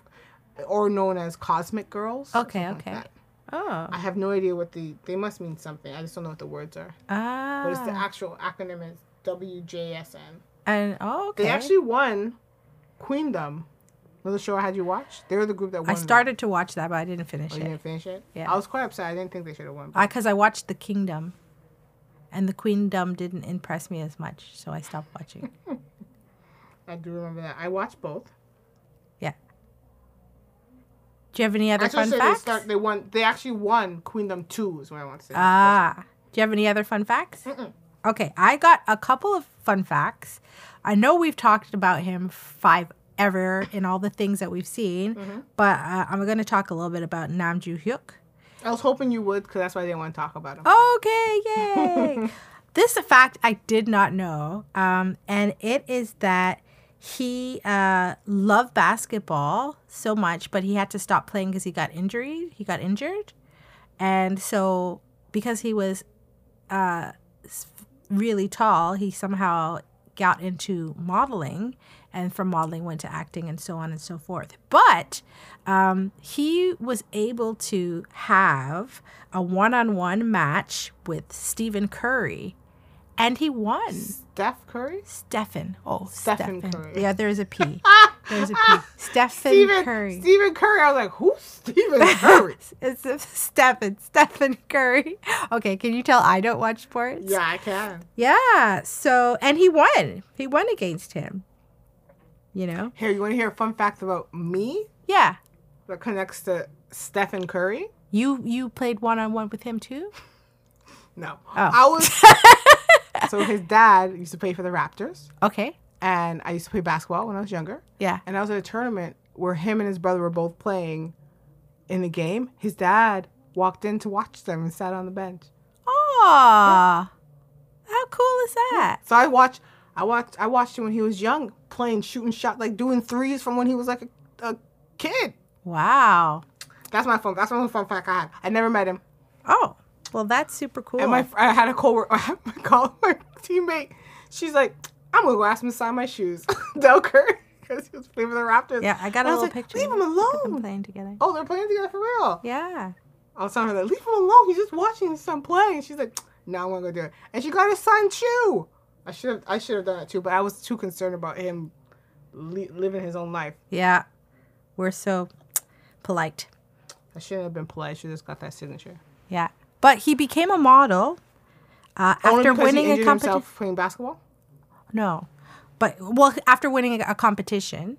[SPEAKER 3] f or known as Cosmic Girls. or
[SPEAKER 2] Okay,
[SPEAKER 3] something like
[SPEAKER 2] okay.
[SPEAKER 3] that.
[SPEAKER 2] Oh,
[SPEAKER 3] I have no idea what the they must mean something. I just don't know what the words are.
[SPEAKER 2] ah,
[SPEAKER 3] But it's the actual acronym is WJSN.
[SPEAKER 2] and oh, okay.
[SPEAKER 3] They actually won Queendom. Another show I had you watch. They were the group that won.
[SPEAKER 2] I
[SPEAKER 3] that.
[SPEAKER 2] started to watch that, but I didn't finish
[SPEAKER 3] Oh, you
[SPEAKER 2] it.
[SPEAKER 3] didn't finish it.
[SPEAKER 2] Yeah.
[SPEAKER 3] I was quite upset. I didn't think they should have won. but-
[SPEAKER 2] I because I watched The Kingdom, and The Queendom didn't impress me as much, so I stopped watching.
[SPEAKER 3] I do remember that. I watched both.
[SPEAKER 2] yeah. Do you have any other
[SPEAKER 3] I should
[SPEAKER 2] fun
[SPEAKER 3] say they
[SPEAKER 2] facts?
[SPEAKER 3] start. They won. They actually won Queendom Two. Is what I want to say.
[SPEAKER 2] Ah, do you have any other fun facts? Okay, I got a couple of fun facts. I know we've talked about him five ever in all the things that we've seen, but uh, I'm going to talk a little bit about Nam Joo Hyuk.
[SPEAKER 3] I was hoping you would, because that's why I didn't want to talk about him.
[SPEAKER 2] Okay, yay! this fact I did not know, um, and it is that he uh, loved basketball so much, but he had to stop playing because he got injured. He got injured, and so because he was uh, s- really tall, he somehow got into modeling and from modeling went to acting and so on and so forth. But um, he was able to have a one on one match with Stephen Curry and he won.
[SPEAKER 3] Steph Curry?
[SPEAKER 2] Stephen. Oh,
[SPEAKER 3] Stephen
[SPEAKER 2] Stephen.
[SPEAKER 3] Curry.
[SPEAKER 2] Yeah, there's a P. There's a P. Ah! Stephen
[SPEAKER 3] Stephen
[SPEAKER 2] Curry.
[SPEAKER 3] Stephen Curry. I was like, who's Stephen Curry?
[SPEAKER 2] It's a- Stephen. Stephen Curry. Okay, can you tell I don't watch sports?
[SPEAKER 3] yeah, I can.
[SPEAKER 2] Yeah. So, and he won. He won against him. You know?
[SPEAKER 3] Here, you want to hear a fun fact about me
[SPEAKER 2] Yeah.
[SPEAKER 3] that connects to Stephen Curry?
[SPEAKER 2] You you played one on one with him too?
[SPEAKER 3] No.
[SPEAKER 2] Oh.
[SPEAKER 3] I was. so his dad used to play for the Raptors,
[SPEAKER 2] Okay.
[SPEAKER 3] and I used to play basketball when I was younger.
[SPEAKER 2] Yeah.
[SPEAKER 3] And I was at a tournament where him and his brother were both playing in the game. His dad walked in to watch them and sat on the bench.
[SPEAKER 2] Oh. How cool is that?
[SPEAKER 3] So I watched, I watched, I watched him when he was young, playing shooting shot, like doing threes from when he was like a, a kid.
[SPEAKER 2] Wow.
[SPEAKER 3] That's my fun. That's my only fun fact I had. I never met him.
[SPEAKER 2] Oh. Well, that's super cool.
[SPEAKER 3] And my fr- I had a coworker, I had my call my teammate. She's like, I'm gonna go ask him to sign my shoes, Del Curry, because he was playing for the Raptors.
[SPEAKER 2] yeah, I got a
[SPEAKER 3] And was
[SPEAKER 2] little
[SPEAKER 3] like,
[SPEAKER 2] picture.
[SPEAKER 3] Leave him
[SPEAKER 2] Look at them
[SPEAKER 3] alone.
[SPEAKER 2] playing together.
[SPEAKER 3] Oh, they're playing together for real.
[SPEAKER 2] Yeah.
[SPEAKER 3] I was telling her that leave him alone. He's just watching his son play. And she's like, No, I'm gonna go do it. And she got his signed shoe. I should have I should have done it too, but I was too concerned about him li- living his own life.
[SPEAKER 2] Yeah. We're so polite.
[SPEAKER 3] I shouldn't have been polite. I should have just got that signature.
[SPEAKER 2] Yeah. But he became a model uh,
[SPEAKER 3] Only
[SPEAKER 2] after
[SPEAKER 3] Oh, because
[SPEAKER 2] winning
[SPEAKER 3] he
[SPEAKER 2] a
[SPEAKER 3] injured
[SPEAKER 2] competition.
[SPEAKER 3] himself playing basketball.
[SPEAKER 2] No. But well, after winning a, a competition,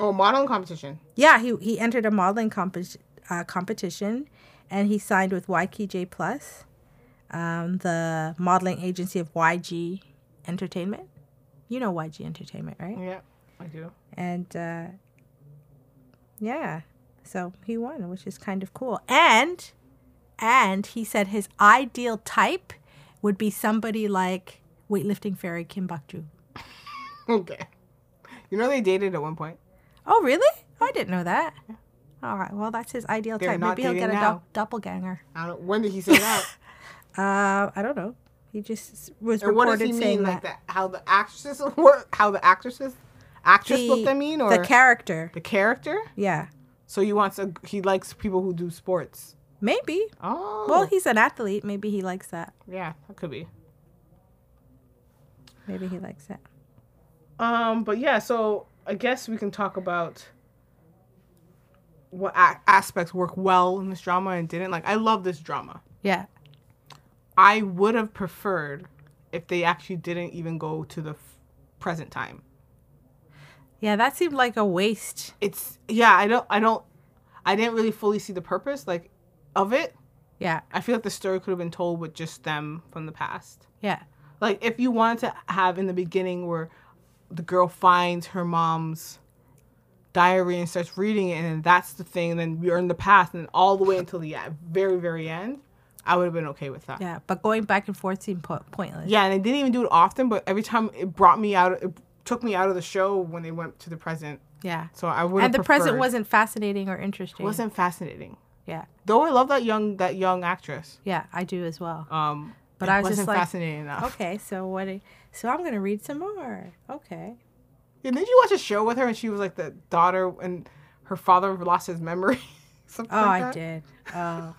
[SPEAKER 3] Oh, modeling competition.
[SPEAKER 2] yeah, he he entered a modeling compe- uh, competition, and he signed with YKJ Plus, um, the modeling agency of YG Entertainment. You know YG Entertainment, right?
[SPEAKER 3] Yeah, I do.
[SPEAKER 2] And uh, yeah, so he won, which is kind of cool. And and he said his ideal type would be somebody like weightlifting fairy Kim Bakju.
[SPEAKER 3] Okay. You know they dated at one point.
[SPEAKER 2] Oh, really? I didn't know that. All right. Well, that's his ideal
[SPEAKER 3] They're
[SPEAKER 2] type.
[SPEAKER 3] not
[SPEAKER 2] Maybe he'll
[SPEAKER 3] dating
[SPEAKER 2] get a
[SPEAKER 3] now.
[SPEAKER 2] dou- doppelganger.
[SPEAKER 3] I don't. When did he say that?
[SPEAKER 2] Uh, I don't know. He just s- was
[SPEAKER 3] and what does
[SPEAKER 2] reported
[SPEAKER 3] he
[SPEAKER 2] saying
[SPEAKER 3] mean? Like
[SPEAKER 2] that.
[SPEAKER 3] that? How the actresses? What? How the actresses? Actress looked. I mean, or
[SPEAKER 2] the character.
[SPEAKER 3] the character?
[SPEAKER 2] Yeah,
[SPEAKER 3] So he wants a he likes people who do sports.
[SPEAKER 2] maybe.
[SPEAKER 3] Oh,
[SPEAKER 2] Well, he's an athlete. Maybe he likes that.
[SPEAKER 3] yeah, that could be.
[SPEAKER 2] Maybe he likes that.
[SPEAKER 3] Um, but yeah, so I guess we can talk about what a- aspects work well in this drama and didn't. Like, I love this drama.
[SPEAKER 2] Yeah.
[SPEAKER 3] I would have preferred if they actually didn't even go to the f- present time.
[SPEAKER 2] Yeah, that seemed like a waste.
[SPEAKER 3] It's yeah, I don't, I don't, I didn't really fully see the purpose like of it.
[SPEAKER 2] Yeah.
[SPEAKER 3] I feel like the story could have been told with just them from the past.
[SPEAKER 2] Yeah.
[SPEAKER 3] Like if you wanted to have in the beginning where the girl finds her mom's diary and starts reading it, and then that's the thing, and then you're in the past, and then all the way until the e- very, very end, I would have been okay with that. Yeah.
[SPEAKER 2] Yeah. But going back and forth seemed po- pointless.
[SPEAKER 3] and they didn't even do it often, but every time it brought me out, it took me out of the show when they went to the present.
[SPEAKER 2] Yeah.
[SPEAKER 3] So I would.
[SPEAKER 2] And the present wasn't fascinating or interesting.
[SPEAKER 3] wasn't fascinating.
[SPEAKER 2] Yeah.
[SPEAKER 3] Though I love that young that young actress.
[SPEAKER 2] Yeah, I do as well.
[SPEAKER 3] Um,
[SPEAKER 2] But
[SPEAKER 3] it
[SPEAKER 2] I was just
[SPEAKER 3] wasn't
[SPEAKER 2] like,
[SPEAKER 3] fascinating enough.
[SPEAKER 2] Okay. So what? I- so I'm gonna read some more. Okay.
[SPEAKER 3] Yeah, didn't you watch a show with her and she was like the daughter and her father lost his memory? Something
[SPEAKER 2] Oh,
[SPEAKER 3] like
[SPEAKER 2] I
[SPEAKER 3] that?
[SPEAKER 2] did. Oh,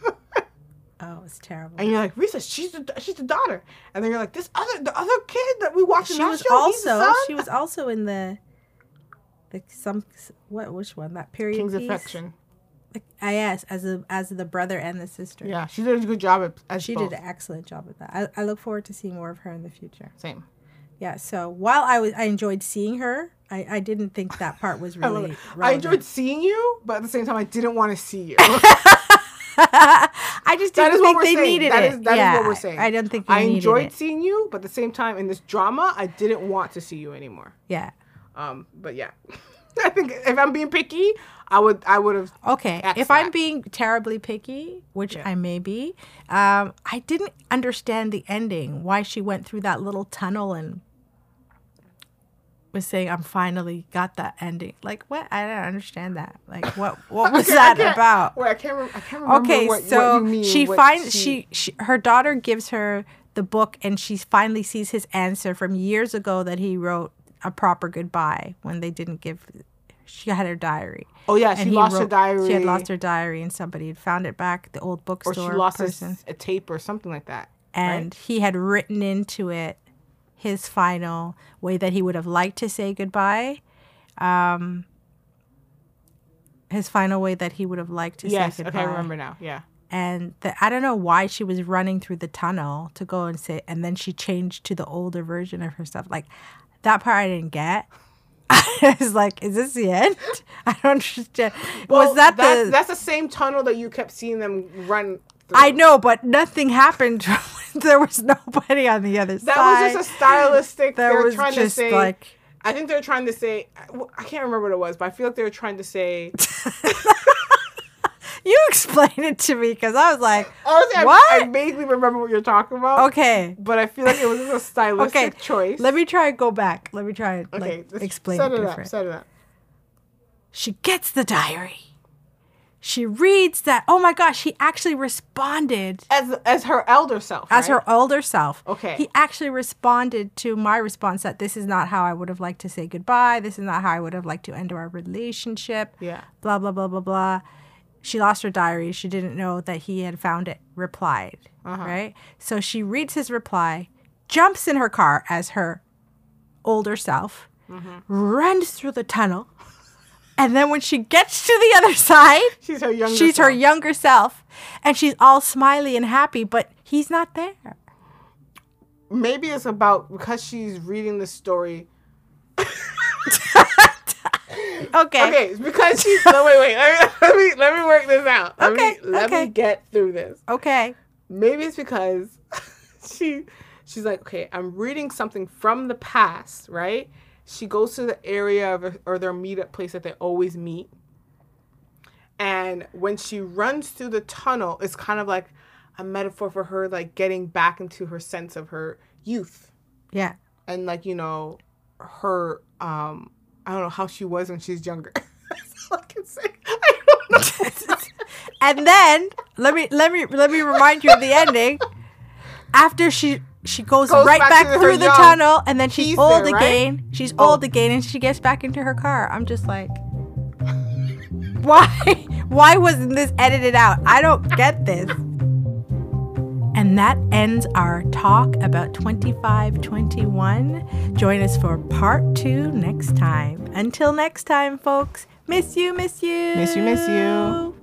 [SPEAKER 2] oh, it was terrible.
[SPEAKER 3] And you're like, Risa, she's the, she's the daughter. And then you're like, this other the other kid that we watched in
[SPEAKER 2] she
[SPEAKER 3] that
[SPEAKER 2] was
[SPEAKER 3] show, he's the
[SPEAKER 2] also
[SPEAKER 3] son?
[SPEAKER 2] she was also in the the some what which one that period
[SPEAKER 3] King's
[SPEAKER 2] piece?
[SPEAKER 3] Affection.
[SPEAKER 2] Like, ah, yes, as a as the brother and the sister.
[SPEAKER 3] Yeah, she did a good job at as
[SPEAKER 2] She
[SPEAKER 3] both.
[SPEAKER 2] did an excellent job at that. I, I look forward to seeing more of her in the future.
[SPEAKER 3] Same.
[SPEAKER 2] Yeah. So while I was, I enjoyed seeing her. I, I didn't think that part was
[SPEAKER 3] I, love
[SPEAKER 2] really.
[SPEAKER 3] it. I
[SPEAKER 2] relevant.
[SPEAKER 3] enjoyed seeing you, but at the same time, I didn't want to see you.
[SPEAKER 2] I just
[SPEAKER 3] that
[SPEAKER 2] didn't think
[SPEAKER 3] is what we're
[SPEAKER 2] they
[SPEAKER 3] saying.
[SPEAKER 2] needed
[SPEAKER 3] That
[SPEAKER 2] it.
[SPEAKER 3] is- that is
[SPEAKER 2] yeah,
[SPEAKER 3] what we're saying.
[SPEAKER 2] I don't think we
[SPEAKER 3] I
[SPEAKER 2] needed
[SPEAKER 3] enjoyed
[SPEAKER 2] it.
[SPEAKER 3] seeing you, but at the same time, in this drama, I didn't want to see you anymore.
[SPEAKER 2] Yeah.
[SPEAKER 3] Um, but yeah, I think if I'm being picky, I would I would have
[SPEAKER 2] Okay, if
[SPEAKER 3] Excellent.
[SPEAKER 2] I'm being terribly picky, which I may be, um, I didn't understand the ending. Why she went through that little tunnel and was saying, "I'm finally got that ending." Like what? I don't understand that. Like what? What was
[SPEAKER 3] Okay, I
[SPEAKER 2] that
[SPEAKER 3] can't-
[SPEAKER 2] about?
[SPEAKER 3] Wait, I can't. Rem- I can't remember.
[SPEAKER 2] Okay,
[SPEAKER 3] what,
[SPEAKER 2] so
[SPEAKER 3] what you mean,
[SPEAKER 2] she
[SPEAKER 3] what
[SPEAKER 2] finds she, she her daughter gives her the book and she finally sees his answer from years ago that he wrote a proper goodbye when they didn't give she had her diary.
[SPEAKER 3] Oh yeah, she
[SPEAKER 2] he
[SPEAKER 3] lost her
[SPEAKER 2] wrote-
[SPEAKER 3] diary.
[SPEAKER 2] She had lost her diary and somebody had found it back, the old
[SPEAKER 3] or
[SPEAKER 2] bookstore
[SPEAKER 3] she lost a s-
[SPEAKER 2] person.
[SPEAKER 3] a tape or something like that.
[SPEAKER 2] and he had written into it his final way that he would have liked to say goodbye. Um, his final way that he would have liked to
[SPEAKER 3] Yes.
[SPEAKER 2] say
[SPEAKER 3] Okay,
[SPEAKER 2] goodbye.
[SPEAKER 3] I remember now. Yeah.
[SPEAKER 2] And the, I don't know why she was running through the tunnel to go and say, and then she changed to the older version of herself. Like that part I didn't get. I was like, is this the end? I don't understand. was that
[SPEAKER 3] that's,
[SPEAKER 2] the?
[SPEAKER 3] that's the same tunnel that you kept seeing them run? Through.
[SPEAKER 2] I know, but nothing happened. there was nobody on the other
[SPEAKER 3] That
[SPEAKER 2] side.
[SPEAKER 3] was just a stylistic.
[SPEAKER 2] That
[SPEAKER 3] they were
[SPEAKER 2] was
[SPEAKER 3] trying
[SPEAKER 2] just
[SPEAKER 3] to say.
[SPEAKER 2] like
[SPEAKER 3] I think they were trying to say. I- well, I can't remember what it was, but I feel like they were trying to say.
[SPEAKER 2] you explain it to me because I was like,
[SPEAKER 3] Honestly, I- I,
[SPEAKER 2] What?
[SPEAKER 3] vaguely remember what you're talking about.
[SPEAKER 2] okay,
[SPEAKER 3] But I feel like it was just a stylistic
[SPEAKER 2] okay,
[SPEAKER 3] choice.
[SPEAKER 2] Let me try and go back. Let me try and
[SPEAKER 3] okay,
[SPEAKER 2] like,
[SPEAKER 3] let's
[SPEAKER 2] explain
[SPEAKER 3] set
[SPEAKER 2] it
[SPEAKER 3] it, up.
[SPEAKER 2] different.
[SPEAKER 3] Set it up.
[SPEAKER 2] she gets the diary. She reads that. Oh my gosh, he actually responded
[SPEAKER 3] As as her elder self.
[SPEAKER 2] as
[SPEAKER 3] right?
[SPEAKER 2] her older self.
[SPEAKER 3] Okay.
[SPEAKER 2] He actually responded to my response that this is not how I would have liked to say goodbye. This is not how I would have liked to end our relationship.
[SPEAKER 3] Yeah.
[SPEAKER 2] Blah, blah, blah, blah, blah. She lost her diary. She didn't know that he had found it, replied.
[SPEAKER 3] Uh-huh.
[SPEAKER 2] Right? So she reads his reply, jumps in her car as her older self,
[SPEAKER 3] Mm-hmm.
[SPEAKER 2] runs through the tunnel. And then when she gets to the other side,
[SPEAKER 3] She's her younger.
[SPEAKER 2] she's her
[SPEAKER 3] self.
[SPEAKER 2] younger self and she's all smiley and happy but he's not there
[SPEAKER 3] Maybe it's about because she's reading the story.
[SPEAKER 2] okay,
[SPEAKER 3] Okay, it's because she's. no, wait, wait. Let me let me, let me work this out. Let
[SPEAKER 2] Okay,
[SPEAKER 3] Me, let
[SPEAKER 2] okay.
[SPEAKER 3] me get through this.
[SPEAKER 2] Okay.
[SPEAKER 3] maybe it's because she she's like okay i'm reading something from the past right she goes to the area of or their meetup place that they always meet and when she runs through the tunnel it's kind of like a metaphor for her like getting back into her sense of her youth
[SPEAKER 2] yeah
[SPEAKER 3] and like you know her um i don't know how she was when she's younger that's all i can say i don't know
[SPEAKER 2] and then let me let me let me remind you of the ending after she she goes,
[SPEAKER 3] Goes
[SPEAKER 2] right
[SPEAKER 3] back
[SPEAKER 2] back,
[SPEAKER 3] to her
[SPEAKER 2] through the
[SPEAKER 3] young.
[SPEAKER 2] tunnel and then she's
[SPEAKER 3] He's
[SPEAKER 2] old
[SPEAKER 3] there, right? Oh.
[SPEAKER 2] again she's old again and she gets back into her car i'm just like why why wasn't this edited out i don't get this And that ends our talk about 2521. Join us for part two next time. Until next time, folks, miss you, miss you.
[SPEAKER 3] Miss you, miss you.